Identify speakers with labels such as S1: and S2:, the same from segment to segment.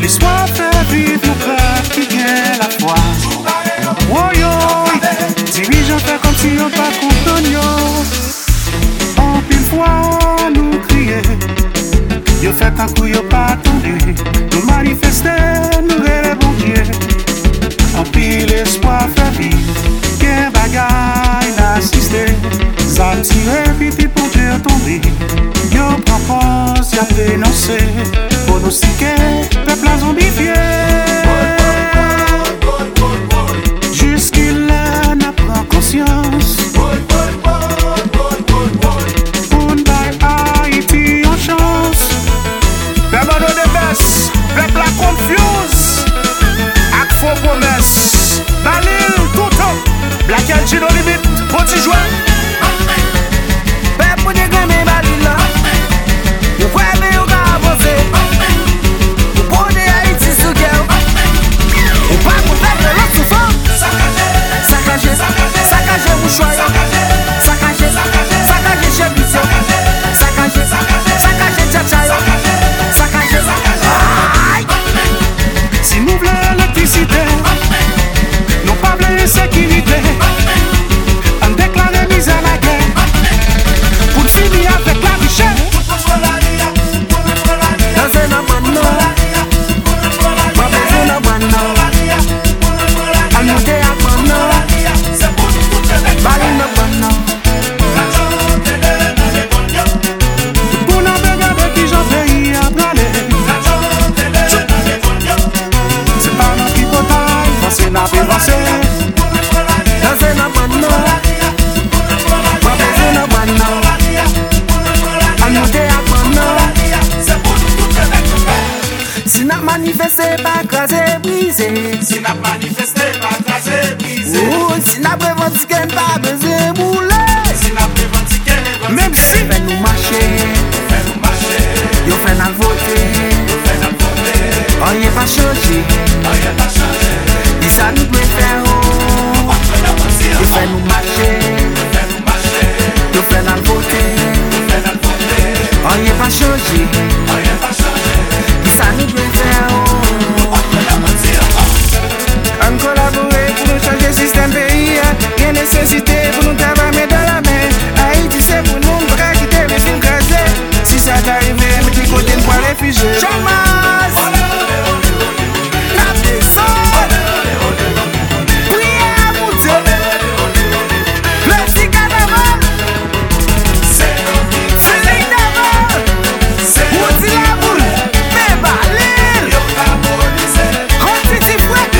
S1: L'histoire fait vivre mon peuple qui gagne la foi. Oh yo, dirigeant fait comme si on pas comprenait. En pile fois, on nous criait. Yo fait un coup, yo pas attendu. Nous manifester, nous rêvons bon Dieu. En pile espoir fait vivre. Gain bagaille, n'assister. Zam tire, piti pour Dieu tomber. Yo prend pause, y'a dénoncé. Pronostiqué, peuple a zombifié. Juskil la na pran konsyans Poun bay Haiti yon chans
S2: Pèmano de bes, pep la konfuse Ak fo promes, balil toutan Black and Chino limit, poti jwen Pep moun ye gèmè balil la Yo kwebe yo ka avanse Yo pone Haiti sou kèw Yo pa pou pep la lot sou fòm Sakaje, sakaje mou chwayo Sakaje, sakaje chebisyo Sakaje, sakaje chachayo Sakaje, aïe
S1: Si nou vle elektricite Nou pa vle sekirite An deklare mize la gen Pou l'fini avek la vichè
S2: Danse nan man nan Mwen bezou nan man nan An nou de ak man nan Bali nan man nan
S1: Pou nan be gade ki jan peyi ap gale Se pa nan ki potay Fase nan pe vase
S2: Danse nan man nan Mwen bezou nan man nan An nou de ak man nan Si nan manifeste pa kaze brise Ou si nan prevantike pa beze moule Mem si Fè nou mache Yo fè nan vote Anye pa chanche Disa nou kwen fè ou Yo fè nou mache Yo fè nan vote Anye pa chanche Disa nou kwen fè ou An kolabore pou nou chanje sistem peyi ya. Gen nesesite pou nou travame dan la men Haiti se pou nou mbra kite rejim krasè Si sa t'arive, mè ki kote n'pwa refuge Chamas! La peson! Priye a moutè! Le si kanavan! Se le kanavan! Mouti la boule! Mè balil! Konti ti fwek!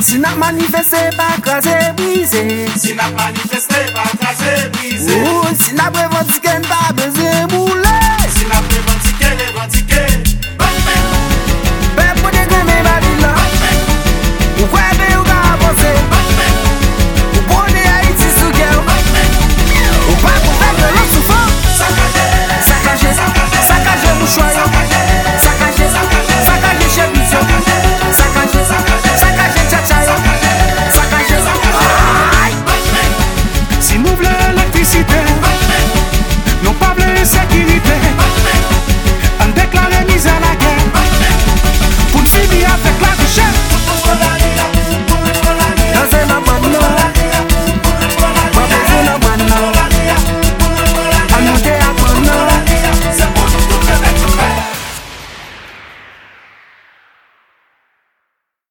S2: Si nak manifeste pa kaze brise
S3: Si n'a manifesté, pas tracé, brisé.
S2: Ou si nak prevantike n pa beze mou